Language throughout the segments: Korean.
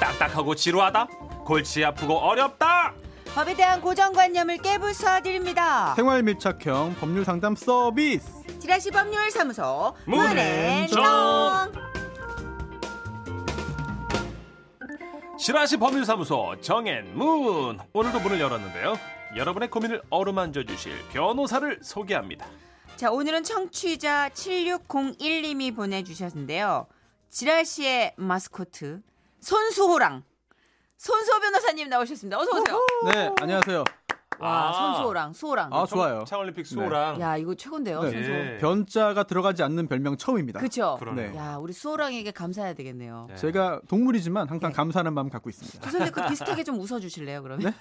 딱딱하고 지루하다? 골치 아프고 어렵다? 법에 대한 고정관념을 깨부숴 드립니다. 생활 밀착형 법률 상담 서비스. 지라시 법률 사무소 문앤정. 문앤정 시라시 법률사무소 정앤문 오늘도 문을 열었는데요. 여러분의 고민을 어루만져 주실 변호사를 소개합니다. 자 오늘은 청취자 7601님이 보내주셨는데요. 지라시의 마스코트 손수호랑 손수호 변호사님 나오셨습니다. 어서 오세요. 네, 안녕하세요. 와 아. 손수호랑 수호랑. 아, 좋아요. 창올림픽 수호랑 야 이거 최고인데요. 네. 손수호. 예. 변자가 들어가지 않는 별명 처음입니다. 그쵸. 그러네요. 네. 야 우리 수호랑에게 감사해야 되겠네요. 네. 제가 동물이지만 항상 감사하는 마음 갖고 있습니다. 죄송한데 그 비슷하게 좀 웃어주실래요 그러면?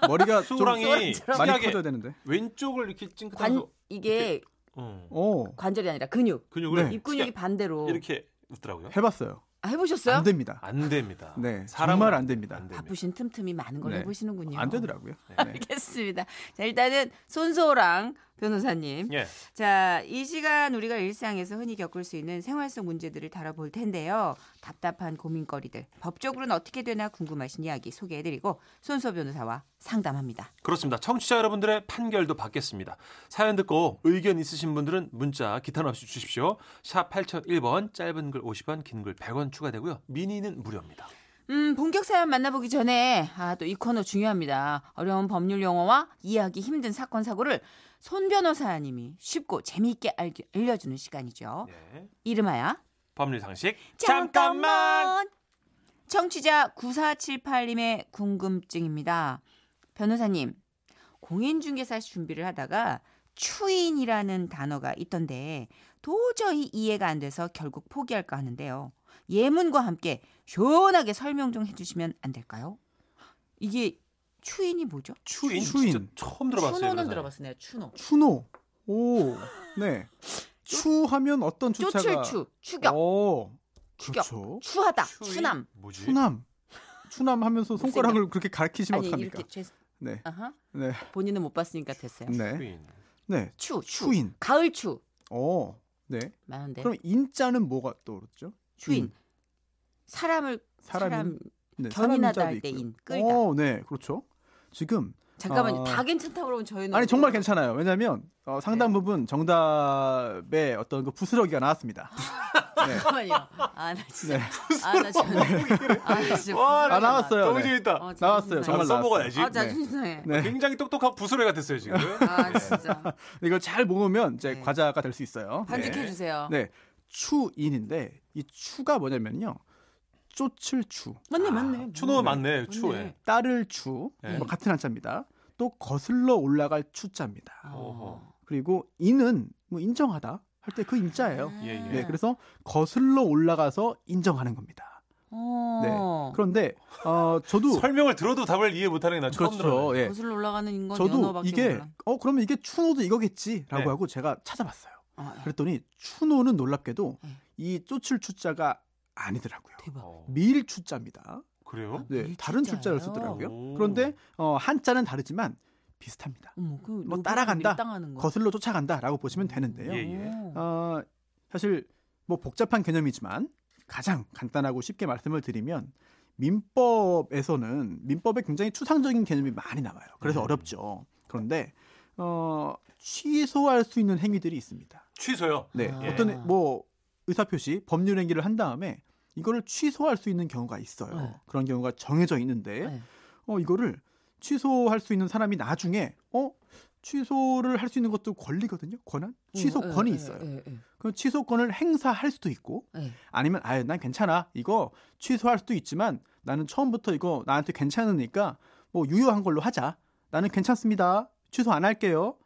네? 머리가 좀 수호랑이 많이 특이하게 커져야 되는데. 왼쪽을 이렇게 관 찡긋하면서 이게 어, 오, 관절이 아니라 근육. 근육을 네. 입근육이 반대로 이렇게 웃더라고요. 해봤어요. 아, 해보셨어요? 안 됩니다. 안 됩니다. 네, 사람은 정말 안 됩니다. 바쁘신 틈틈이 많은 걸 네. 해보시는군요. 안 되더라고요. 네. 알겠습니다. 자 일단은 손소랑 변호사님. 예. 자 이 시간 우리가 일상에서 흔히 겪을 수 있는 생활 속 문제들을 다뤄볼 텐데요. 답답한 고민거리들, 법적으로는 어떻게 되나 궁금하신 이야기 소개해드리고 손소 변호사와 상담합니다. 그렇습니다. 청취자 여러분들의 판결도 받겠습니다. 사연 듣고 의견 있으신 분들은 문자 기탄 없이 주십시오. 샵 8001번 짧은 글 50원 긴 글 100원 추가되고요. 미니는 무료입니다. 음, 본격 사연 만나보기 전에 아, 또 이 코너 중요합니다. 어려운 법률 용어와 이해하기 힘든 사건 사고를 손 변호사님이 쉽고 재미있게 알기, 알려주는 시간이죠. 네. 예. 이름하야 법률 상식 청취자 9478님의 궁금증입니다. 변호사님, 공인중개사 준비를 하다가 추인이라는 단어가 있던데 도저히 이해가 안 돼서 결국 포기할까 하는데요. 예문과 함께 시원하게 설명 좀 해주시면 안 될까요? 이게 추인이 뭐죠? 추인, 추인. 진짜 처음 들어봤어요. 그 추노는 변호사님. 들어봤어요. 추노. 추노. 오, 네. 추하면 어떤 추차가? 어, 쫓을추, 추격, 오, 추격. 그렇죠. 추하다, 추인? 추남. 뭐지? 추남. 추남 하면서 손가락을 그렇게 가리키시면 아니 어떡합니까? 이렇게 죄... 네. 아하. 네. 본인은 못 봤으니까 됐어요. 네. 추인. 네. 추, 추. 추인. 가을 추. 어. 네. 많은데. 그럼 인자는 뭐가 떠오르죠? 추인. 사람을 사람 사람 네, 견인하다 사람 할 때 인자도 인, 있고요. 끌다. 어, 네. 그렇죠. 지금 잠깐만요. 아. 다 괜찮다고 그러면 저희는 뭐 아니 정말 괜찮아요. 왜냐면 하 상당 네. 부분 정답에 어떤 그 부스러기가 나왔습니다. 네. 잠깐만요. 아 나 진짜. 네. 아 나 진짜. 아, 나 진짜 와, 부끄러워. 아, 나왔어요. 너무 네. 재밌다. 어, 진짜 나왔어요. 죄송해요. 정말 나왔어요. 써먹어야지. 아, 나 네. 죄송해요. 네. 어, 굉장히 똑똑하고 부스레 같았어요 지금. 네. 아, 진짜. 이걸 잘 모으면 이제 네. 과자가 될 수 있어요. 반직해 네. 주세요. 네. 추인인데 이 추가 뭐냐면요. 쫓을 추, 맞네, 맞네. 아, 추노 맞네. 추에. 예. 맞네. 따를 추, 네. 뭐 같은 한자입니다. 또 거슬러 올라갈 추자입니다. 어. 어허. 그리고 인은 뭐 인정하다 할 때 그 인자예요. 아. 예, 예. 네, 그래서 거슬러 올라가서 인정하는 겁니다. 어. 그런데 어, 저도 설명을 들어도 답을 이해 못하는 게 나 처음 그렇죠. 들어. 예. 거슬러 올라가는 인건 저도 연어밖에 이게 몰라. 어 그러면 이게 추노도 이거겠지라고 네. 하고 제가 찾아봤어요. 아, 예. 그랬더니 추노는 놀랍게도 네. 이 쫓을 추자가 아니더라고요. 대박. 어, 밀 추자입니다. 그래요? 네, 밀 다른 추자예요? 출자를 쓰더라고요. 오. 그런데 어, 한자는 다르지만 비슷합니다. 어머, 그 뭐 로봇이 따라간다, 밀당하는 거. 거슬러 쫓아간다라고 보시면 되는데요. 예, 예. 오. 어, 사실 뭐 복잡한 개념이지만 가장 간단하고 쉽게 말씀을 드리면 민법에서는 민법에 굉장히 추상적인 개념이 많이 나와요. 그래서 음. 네. 어렵죠. 그런데 어, 취소할 수 있는 행위들이 있습니다. 취소요. 네, 아. 어떤 뭐 의사표시, 법률 행위를 한 다음에 이거를 취소할 수 있는 경우가 있어요. 네. 그런 경우가 정해져 있는데 네. 어, 이거를 취소할 수 있는 사람이 나중에 어 취소를 할 수 있는 것도 권리거든요. 권한 취소권이 예, 예, 있어요. 예, 예. 그럼 취소권을 행사할 수도 있고 예. 아니면 아예 난 괜찮아 이거 취소할 수도 있지만 나는 처음부터 이거 나한테 괜찮으니까 뭐 유효한 걸로 하자 나는 괜찮습니다 취소 안 할게요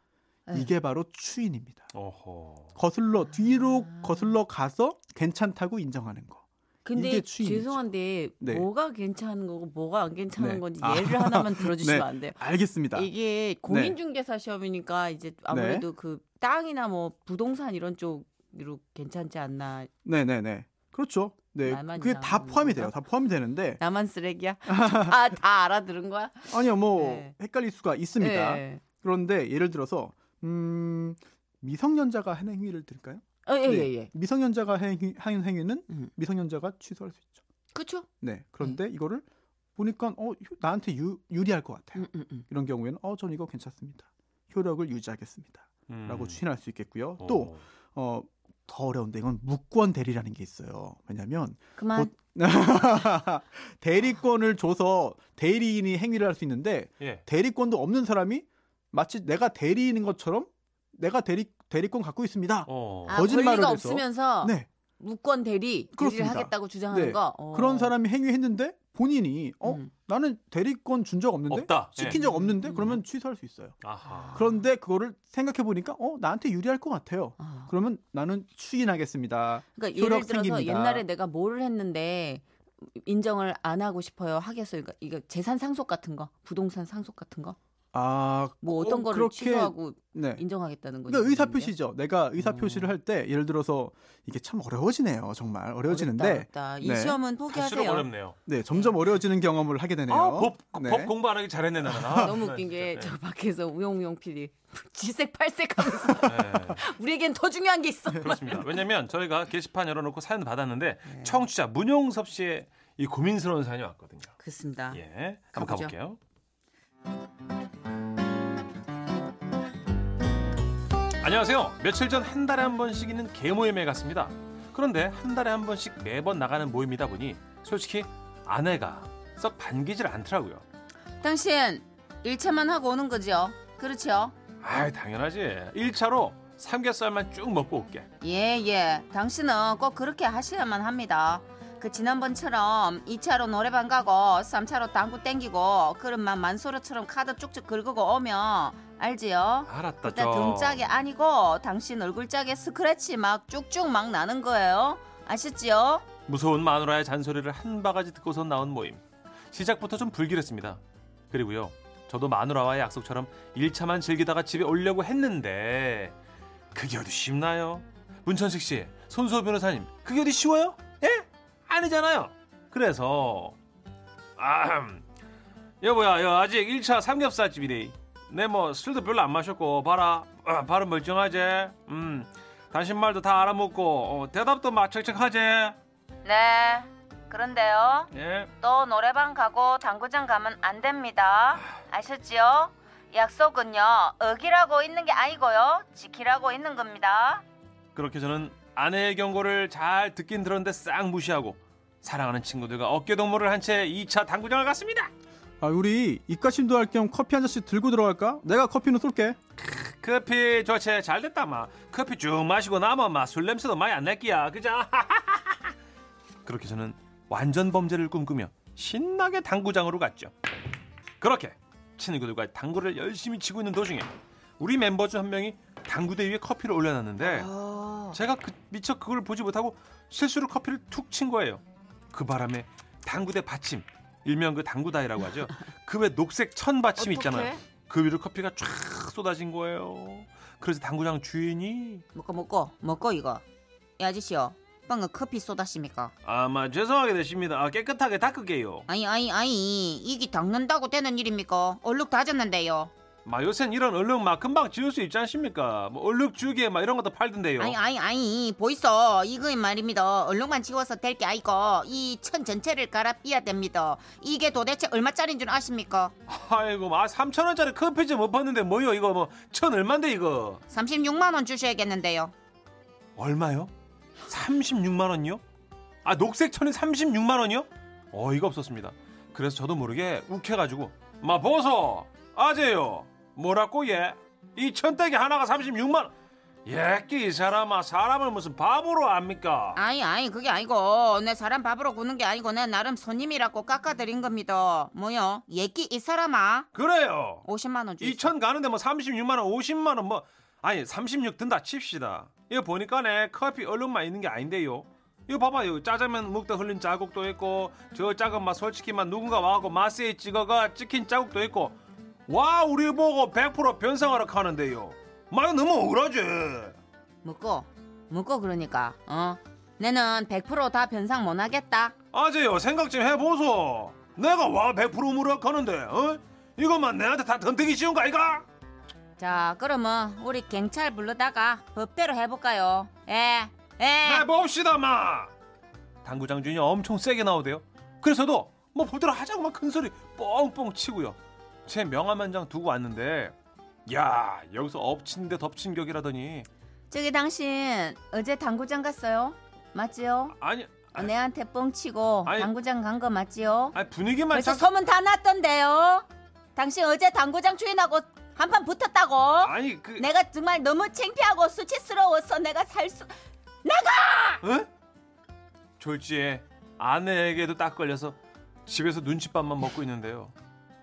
예. 이게 바로 추인입니다 어허. 거슬러 뒤로 아. 거슬러 가서 괜찮다고 인정하는 거 근데 이게 추임이죠. 죄송한데 네. 뭐가 괜찮은 거고 뭐가 안 괜찮은 네. 건지 아. 예를 하나만 들어주시면 네. 안 돼요. 알겠습니다 이게 공인중개사 시험이니까 이제 아무래도 네. 그 땅이나 뭐 부동산 이런 쪽으로 괜찮지 않나 네네네 그렇죠 네 나만 그게 다 이상한 포함이 돼요 건가? 다 포함이 되는데 나만 쓰레기야? 아, 다 알아들은 거야? 아니요 뭐 네. 헷갈릴 수가 있습니다 예. 그런데 예를 들어서 음 미성년자가 하는 행위를 들까요? 어, 예, 네. 예, 예. 미성년자가 행위- 하는 행위는 음. 미성년자가 취소할 수 있죠. 그쵸? 네. 그런데 이거를 보니까 어 휴- 나한테 유, 유리할 것 같아요. 음, 음, 음. 이런 경우에는 어 전 이거 괜찮습니다. 효력을 유지하겠습니다라고 음. 추진할 수 있겠고요. 어. 또 어, 더 어려운데 이건 무권 대리라는 게 있어요. 왜냐하면 그만. 대리권을 줘서 대리인이 행위를 할 수 있는데 예. 대리권도 없는 사람이 마치 내가 대리인인 것처럼 내가 대리 대리권 갖고 있습니다. 어. 아, 거짓말을 권리가 해서. 없으면서 네, 무권 대리 일을 그렇습니다. 하겠다고 주장하는 네. 거. 어. 그런 사람이 행위했는데 본인이 어 음. 나는 대리권 준 적 없는데 없다. 시킨 예. 적 없는데 음. 그러면 취소할 수 있어요. 아하. 그런데 그거를 생각해 보니까 어 나한테 유리할 것 같아요. 아. 그러면 나는 추인하겠습니다. 그러니까 효력 예를 들어서 생깁니다. 옛날에 내가 뭐를 했는데 인정을 안 하고 싶어요 하겠어요. 그러니까 이거 재산 상속 같은 거, 부동산 상속 같은 거, 아, 뭐 어떤 어, 거를 그렇게- 취소하고 네. 인정하겠다는 거죠. 그러니까 의사 표시죠. 내가 의사 음. 표시를 할 때 예를 들어서 이게 참 어려워지네요. 정말 어려워지는데 어렵다, 어렵다. 이 네. 시험은 갈수록 포기하세요. 어렵네요. 네, 점점 어려워지는 경험을 하게 되네요. 아, 법, 네. 법 공부 안 하기 잘했네 나는. 아, 너무 나 웃긴 게 진짜. 저 밖에서 우용우용 PD 질색팔색하면서 네. 우리에겐 더 중요한 게 있어. 예. 그렇습니다. 왜냐면 저희가 게시판 열어놓고 사연 받았는데 네. 청취자 문용섭 씨의 이 고민스러운 사연이 왔거든요. 그렇습니다. 예, 한번 가보죠. 가볼게요. 안녕하세요. 며칠 전 한 달에 한 번씩 있는 개모임에 갔습니다. 그런데 한 달에 한 번씩 매번 나가는 모임이다 보니 솔직히 아내가 썩 반기질 않더라고요. 당신 일차만 하고 오는 거죠? 그렇죠? 아, 당연하지. 1차로 삼겹살만 쭉 먹고 올게. 예, 예. 당신은 꼭 그렇게 하셔야만 합니다. 그 지난번처럼 2차로 노래방 가고 3차로 당구 땡기고 그릇만 만소르처럼 카드 쭉쭉 긁고 오면 알지요? 알았다, 그때 등짝이 아니고 당신 얼굴짝에 스크래치 막 쭉쭉 막 나는 거예요. 아셨지요? 무서운 마누라의 잔소리를 한 바가지 듣고서 나온 모임. 시작부터 좀 불길했습니다. 그리고요. 저도 마누라와의 약속처럼 1차만 즐기다가 집에 오려고 했는데 그게 어디 쉽나요? 문천식 씨, 손수호 변호사님, 그게 어디 쉬워요? 예? 아니잖아요. 그래서 아, 여보야, 여, 아직 1차 삼겹살 집이래. 내 뭐 술도 별로 안 마셨고 봐라, 아, 발음 멀쩡하지. 음, 당신 말도 다 알아먹고 어, 대답도 막 척척하지. 네. 그런데요. 예. 또 노래방 가고 당구장 가면 안 됩니다. 아셨지요? 약속은요. 어기라고 있는 게 아니고요. 지키라고 있는 겁니다. 그렇게 저는 아내의 경고를 잘 듣긴 들었는데 싹 무시하고 사랑하는 친구들과 어깨동무를 한 채 2차 당구장을 갔습니다. 아, 우리 입가심도 할 겸 커피 한 잔씩 들고 들어갈까? 내가 커피는 쏠게. 커피 좋지 잘 됐다 마. 커피 쭉 마시고 나면 마술 냄새도 많이 안 날기야 그자. 그렇게 저는 완전 범죄를 꿈꾸며 신나게 당구장으로 갔죠. 그렇게 친구들과 당구를 열심히 치고 있는 도중에 우리 멤버 중 한 명이 당구대 위에 커피를 올려놨는데 어, 제가 그, 미처 그걸 보지 못하고 실수로 커피를 툭 친 거예요. 그 바람에 당구대 받침, 일명 그 당구다이라고 하죠. 그 외 녹색 천 받침 있잖아요. 그 위로 커피가 쫙 쏟아진 거예요. 그래서 당구장 주인이 먹고 먹고 먹고 이거. 이 아저씨요. 방금 커피 쏟았습니까? 아마 죄송하게 되십니다. 아, 깨끗하게 닦을게요. 아니 아니 아니 이게 닦는다고 되는 일입니까? 얼룩 다졌는데요. 마 요샌 이런 얼룩 막 금방 지울 수 있지 않습니까? 뭐 얼룩 주기에 막 이런 것도 팔던데요. 아니 아니 아니 보이소 이거 말입니다 얼룩만 지워서 될 게 아니고 이 천 전체를 갈아 삐야 됩니다 이게 도대체 얼마짜리인 줄 아십니까 아이고, 아 3천 원짜리 커피 좀못 봤는데 뭐요? 이거 뭐 천 얼마인데 이거? 36만 원 주셔야겠는데요 얼마요? 36만 원이요? 아 녹색 천이 36만 원이요? 어이가 없었습니다. 그래서 저도 모르게 욱해가지고 마 보소 아재요 뭐라고 얘? 이 천대기 하나가 36만 원 예끼 이 사람아 사람을 무슨 바보로 압니까? 아이 아이 그게 아니고 내 사람 밥으로 구는 게 아니고 내 나름 손님이라고 깎아드린 겁니다 뭐요 얘기 이 사람아 그래요 50만 원 주세요 이 천 가는데 뭐 36만 원 50만 원 뭐 아니 36 든다 칩시다 이거 보니까네 커피 얼음만 있는 게 아닌데요 이거 봐봐요 짜장면 먹다 흘린 자국도 있고 저 작은 맛 솔직히 맛 누군가 와갖고 마스에 찍어가 찍힌 자국도 있고 와 우리 보고 100% 변상하라 하는데요 말 너무 억울하지 먹고 먹고 그러니까 어 내는 100%다 변상 못 하겠다 아재요 생각 좀 해보소 내가 와 100% 무락 하는데 어? 이것만 내한테 다 던뜨기 쉬운 거 아이가? 자, 그러면 우리 경찰 불러다가 법대로 해볼까요? 예, 예. 해봅시다 마 당구장 주인이 엄청 세게 나오대요 그래서도 뭐 보더라 하자고 막 큰소리 뻥뻥 치고요. 제 명함 한 장 두고 왔는데 야 여기서 엎친 데 덮친 격이라더니 저기 당신 어제 당구장 갔어요? 맞지요? 아니 아니, 내한테 뻥치고 아니. 당구장 간 거 맞지요? 아니 분위기만 벌써 참 소문 다 났던데요. 당신 어제 당구장 주인하고 한판 붙었다고. 아니 그 내가 정말 너무 창피하고 수치스러워서 내가 살 수. 응? 졸지에 아내에게도 딱 걸려서 집에서 눈칫밥만 먹고 있는데요.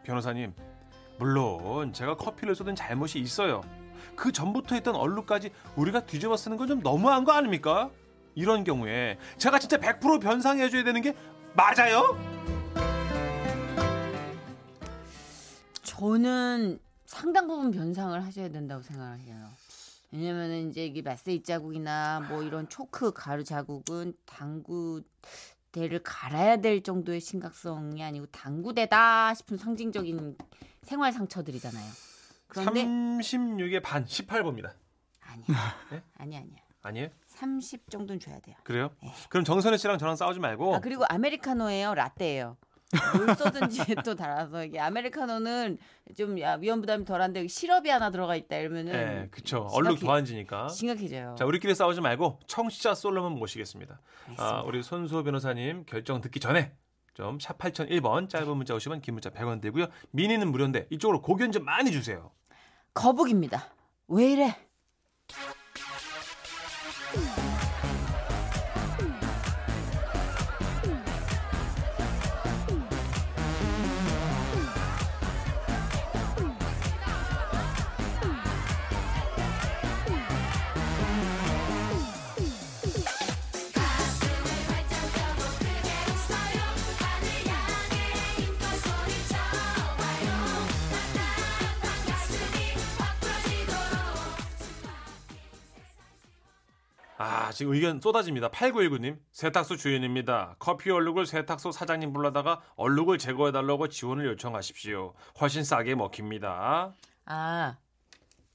변호사님, 물론 제가 커피를 쏟은 잘못이 있어요. 그 전부터 했던 얼룩까지 우리가 뒤집어 쓰는 건 좀 너무한 거 아닙니까? 이런 경우에 제가 진짜 100% 변상해줘야 되는 게 맞아요? 저는 상당 부분 변상을 하셔야 된다고 생각을 해요. 왜냐면은 이제 이게 마사지 자국이나 뭐 이런 초크 가루 자국은 당구 대를 갈아야 될 정도의 심각성이 아니고 당구대다 싶은 상징적인 생활 상처들이잖아요. 그런데 36의 반, 18번입니다. 아니야. 네? 아니 아니야. 아니에요? 30 정도는 줘야 돼요. 그래요? 그럼 정선혜 씨랑 저랑 싸우지 말고 아 그리고 아메리카노예요, 라떼예요. 뭘 쏘든지 또 달아서 이게 아메리카노는 좀 야, 위험 부담이 덜한데 여기 시럽이 하나 들어가 있다 이러면은 예, 그쵸. 얼룩 심각해- 더 앉으니까. 심각해져요. 자, 우리끼리 싸우지 말고 청취자 솔로몬 모시겠습니다. 어. 알겠습니다. 아, 우리 손수호 변호사님 결정 듣기 전에 좀 샵 8001번 짧은 문자 50원 긴 문자 100원 되고요. 미니는 무료인데 이쪽으로 고견 좀 많이 주세요. 거북입니다. 왜 이래? 아, 지금 의견 쏟아집니다. 8919님, 세탁소 주인입니다. 커피 얼룩을 세탁소 사장님 불러다가 얼룩을 제거해달라고 지원을 요청하십시오. 훨씬 싸게 먹힙니다. 아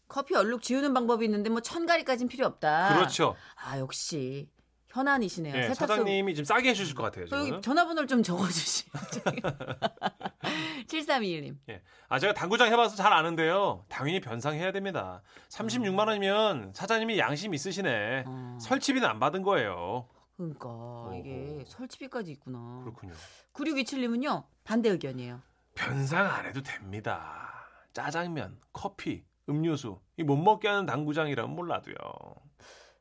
커피 얼룩 지우는 방법이 있는데 뭐 천가리까진 필요 없다. 그렇죠. 아 역시 현안이시네요. 예, 세탁소 사장님이 지금 싸게 해주실 것 같아요. 어, 여기 지금. 전화번호를 좀 적어주시. 7321님. 예. 아, 제가 당구장 해봐서 잘 아는데요. 당연히 변상해야 됩니다. 36만 원이면 사장님이 양심 있으시네. 어, 설치비는 안 받은 거예요. 그러니까 이게 설치비까지 있구나. 그렇군요. 9627님은요 반대 의견이에요. 변상 안 해도 됩니다. 짜장면, 커피, 음료수 이 못 먹게 하는 당구장이라면 몰라도요.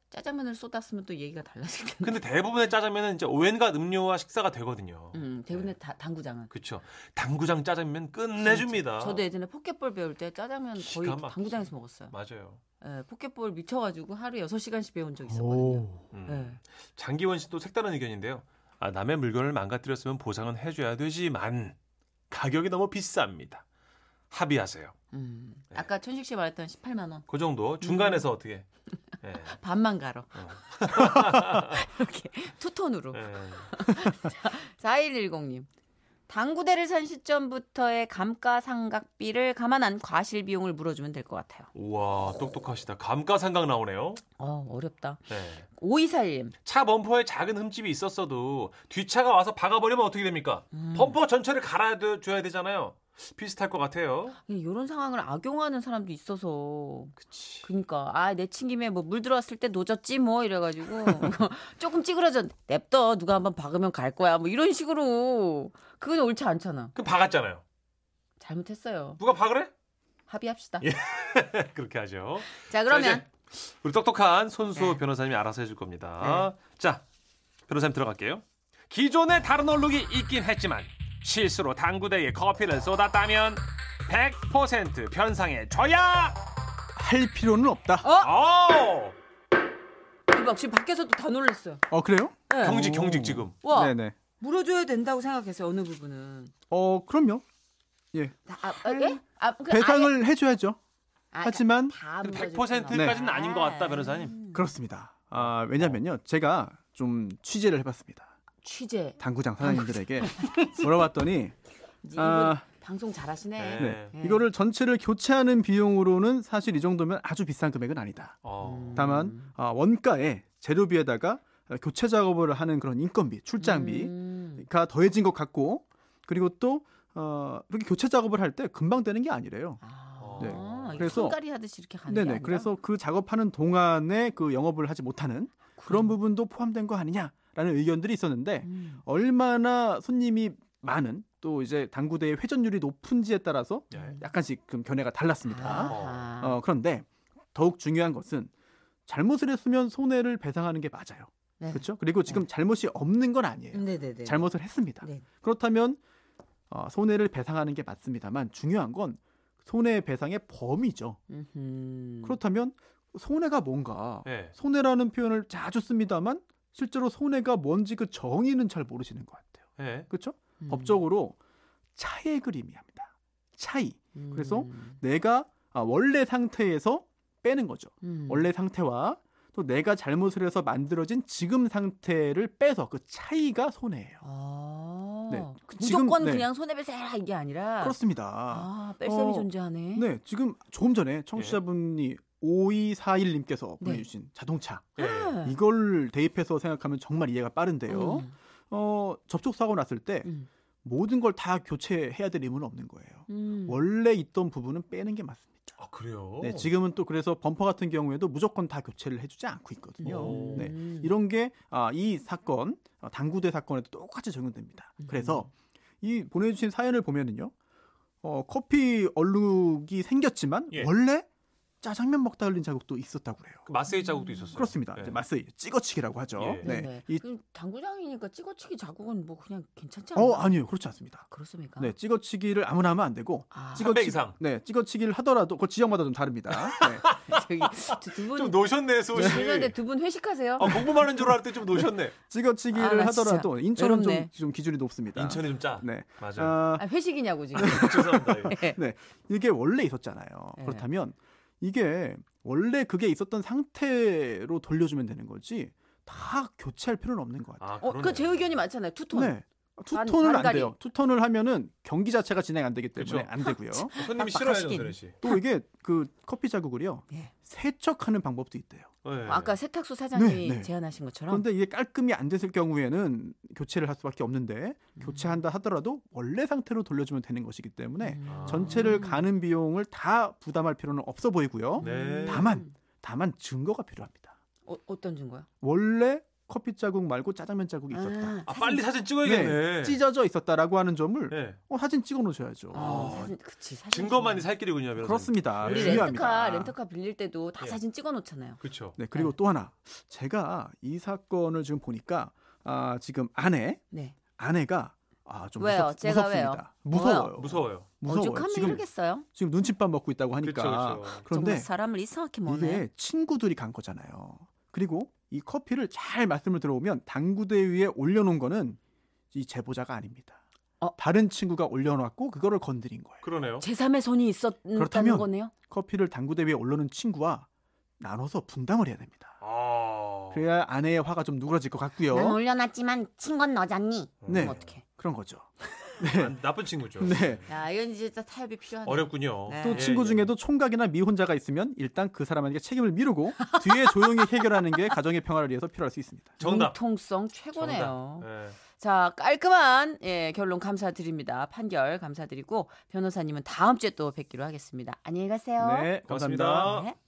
짜장면을 쏟았으면 또 얘기가 달라질 텐데. 근데 대부분의 짜장면은 이제 오엔과 음료와 식사가 되거든요. 네, 음, 대부분의 다- 당구장은. 그쵸 당구장 짜장면 끝내줍니다. 저도 예전에 포켓볼 배울 때 짜장면 거의 아. 기가 막히죠. 당구장에서 먹었어요. 맞아요. 예, 포켓볼 미쳐가지고 하루에 6시간씩 배운 적 있었거든요. 음. 예. 장기원 씨도 색다른 의견인데요. 아, 남의 물건을 망가뜨렸으면 보상은 해줘야 되지만 가격이 너무 비쌉니다. 합의하세요. 음. 아까 천식 씨 말했던 18만 원. 그 정도 중간에서 어떻게? 예, 어. 반만 가로. 이렇게 투톤으로. 예. 4110님. 당구대를 산 시점부터의 감가상각비를 감안한 과실 비용을 물어주면 될 것 같아요. 우와 똑똑하시다. 감가상각 나오네요. 어, 어렵다. 네. 5241님. 차 범퍼에 작은 흠집이 있었어도 뒷차가 와서 박아버리면 어떻게 됩니까? 음. 범퍼 전체를 갈아줘야 되잖아요. 비슷할 것 같아요. 이런 예, 상황을 악용하는 사람도 있어서 그치. 그러니까 아 내 친김에 뭐 물 들어왔을 때 노졌지 뭐 이래가지고 조금 찌그러져 냅둬 누가 한번 박으면 갈 거야 뭐 이런 식으로 그건 옳지 않잖아 그럼 박았잖아요. 잘못했어요 누가 박으래? 합의합시다 예. 그렇게 하죠. 자 자, 그러면 이제 우리 똑똑한 손수호 네. 변호사님이 알아서 해줄 겁니다. 자, 변호사님 들어갈게요. 기존에 다른 얼룩이 있긴 했지만 실수로 당구대에 커피를 쏟았다면 100% 변상해 줘야. 할 필요는 없다. 오! 막 지금 밖에서도 다 놀랐어요 어 그래요? 네. 경직 경직 지금. 와 네네. 물어줘야 된다고 생각했어요 어느 부분은 어 그럼요. 아, 아, 예? 아, 그 배상을 해줘야죠. 아예- 아, 하지만 다 물어줬구나. 100%까지는 아닌 것 같다 변호사님. 음. 그렇습니다. 아 왜냐면요, 제가 좀 취재를 해봤습니다. 취재 당구장 사장님들에게 물어봤더니 네, 이분 아. 방송 잘하시네 네. 네. 네. 이거를 전체를 교체하는 비용으로는 사실 이 정도면 아주 비싼 금액은 아니다. 어. 다만 아, 원가에 재료비에다가 교체 작업을 하는 그런 인건비, 출장비가 음. 더해진 것 같고 그리고 또 어, 이렇게 교체 작업을 할 때 금방 되는 게 아니래요. 아, 네. 그래서- 그래서 손가리 하듯이 이렇게 가는 게 네네. 아니라. 그래서 그 작업하는 동안에 그 영업을 하지 못하는 아, 그런 부분도 포함된 거 아니냐라는 의견들이 있었는데 음. 얼마나 손님이 많은 또 이제 당구대의 회전율이 높은지에 따라서 네. 약간씩 그 견해가 달랐습니다. 아하. 어, 그런데 더욱 중요한 것은 잘못을 했으면 손해를 배상하는 게 맞아요. 네. 그렇죠? 그리고 지금 잘못이 없는 건 아니에요. 음, 네네네. 잘못을 했습니다. 네. 그렇다면 어, 손해를 배상하는 게 맞습니다만 중요한 건 손해 배상의 범위죠. 음흠. 그렇다면 손해가 뭔가 네. 손해라는 표현을 자주 씁니다만 실제로 손해가 뭔지 그 정의는 잘 모르시는 것 같아요. 네. 그렇죠? 음. 법적으로 차액을 의미합니다. 차이. 음. 그래서 내가 아, 원래 상태에서 빼는 거죠. 음. 원래 상태와 또 내가 잘못을 해서 만들어진 지금 상태를 빼서 그 차이가 손해예요. 아. 네, 그 지금- 무조건 네. 그냥 손해배상 해라 이게 아니라. 그렇습니다. 아, 뺄셈이 어, 존재하네. 네, 지금 조금 전에 청취자분이 5241님께서 네. 보내주신 자동차 네. 네. 이걸 대입해서 생각하면 정말 이해가 빠른데요. 음. 어, 접촉 사고 났을 때 음. 모든 걸 다 교체해야 될 의무는 없는 거예요. 음. 원래 있던 부분은 빼는 게 맞습니다. 아 그래요? 네, 지금은 또 그래서 범퍼 같은 경우에도 무조건 다 교체를 해주지 않고 오. 있거든요. 네, 음. 이런 게 아, 이 사건 아, 당구대 사건에도 똑같이 적용됩니다. 음. 그래서 이 보내주신 사연을 보면은요, 어, 커피 얼룩이 생겼지만 예. 원래 짜장면 먹다 흘린 자국도 있었다고 그래요. 그 마사지 자국도 있었어요. 그렇습니다. 네. 이제 맞서 찍어치기라고 하죠. 예. 네, 네네. 이- 그럼 당구장이니까 찍어치기 자국은 뭐 그냥 괜찮지 않나요? 어 아니요 그렇지 않습니다. 그렇습니까? 네, 찍어치기를 아무나 하면 안 되고 아, 찍어- 300 이상. 네, 찍어치기를 하더라도 그 지역마다 좀 다릅니다. 네. 저기 두분 좀 노셨네 소시. 죄송한데 두 분 회식하세요? 어. 아, 공부하는 줄 알았더니 좀 노셨네. 아, 나 찍어치기를 진짜 하더라도 인천은 외롭네. 좀, 좀 기준이 높습니다. 인천이 좀 짜. 네. 맞아. 요 아, 아, 회식이냐고 지금. 죄송합니다. 이거. 네. 이게 원래 있었잖아요. 네. 그렇다면 이게 원래 그게 있었던 상태로 돌려주면 되는 거지 다 교체할 필요는 없는 것 아, 같아요. 어, 그 제 그러네요. 의견이 많잖아요. 투톤. 네. 투톤은 안 반다리. 돼요. 투톤을 하면은 경기 자체가 진행 안 되기 때문에 그쵸. 안 되고요. 손님이 빡빡하시긴. 싫어요, 정선혜 씨. 또 이게 그 커피 자국을요 네. 세척하는 방법도 있대요. 어, 네. 아까 세탁소 사장이 네, 네. 제안하신 것처럼. 그런데 이게 깔끔히 안 됐을 경우에는 교체를 할 수밖에 없는데 음. 교체한다 하더라도 원래 상태로 돌려주면 되는 것이기 때문에 음. 네. 전체를 가는 비용을 다 부담할 필요는 없어 보이고요. 네. 다만. 다만 증거가 필요합니다. 음. 어, 어떤 증거요? 원래 커피 자국 말고 짜장면 자국이 있었다. 아, 아, 사진- 빨리 사진 찍어야겠네. 찢어져 있었다라고 하는 점을 네. 어, 사진 찍어 놓으셔야죠. 아, 아, 사진 그치. 사진 증거만이 살 길이군요, 변호사님. 그렇습니다. 우리 네. 렌트카 중요합니다. 렌트카 빌릴 때도 다 예. 사진 찍어 놓잖아요. 그렇죠. 네, 그리고 네. 또 하나. 제가 이 사건을 지금 보니까 아, 지금 아내, 네. 아내가 아, 좀 왜요? 무섭, 제가 무섭습니다. 왜요? 무서워요. 무서워요. 무서워요. 오죽하면 지금 이러겠어요. 지금 눈칫밥 먹고 있다고 그렇죠, 하니까. 그렇죠. 런데 정말 사람을 이상하게 먹네. 이게 친구들이 간 거잖아요. 그리고 이 커피를 잘 말씀을 들어보면 당구대 위에 올려놓은 거는 이 제보자가 아닙니다. 어? 다른 친구가 올려놨고 그거를 건드린 거예요. 그러네요. 제3의 손이 있었다는 그렇다면- 거네요. 커피를 당구대 위에 올려놓은 친구와 나눠서 분담을 해야 됩니다. 아. 그래야 아내의 화가 좀 누그러질 것 네, 같고요. 뭐. 난 올려놨지만 친 건 너잖니. 어? 네. 그럼 어떻게? 그런 거죠. 음, 아, 나쁜 친구죠. 네. 야, 이건 이제 진짜 타협이 필요하네. 어렵군요. 네. 또 예, 친구 중에도 총각이나 미혼자가 있으면 일단 그 사람에게 책임을 미루고 뒤에 조용히 해결하는 게 가정의 평화를 위해서 필요할 수 있습니다. 예. 정답. 융통성 최고네요. 네. 자, 깔끔한 예, 결론 감사드립니다. 판결 감사드리고 변호사님은 다음 주에 또 뵙기로 하겠습니다. 안녕히 가세요. 네, 감사합니다. 고맙습니다. 네.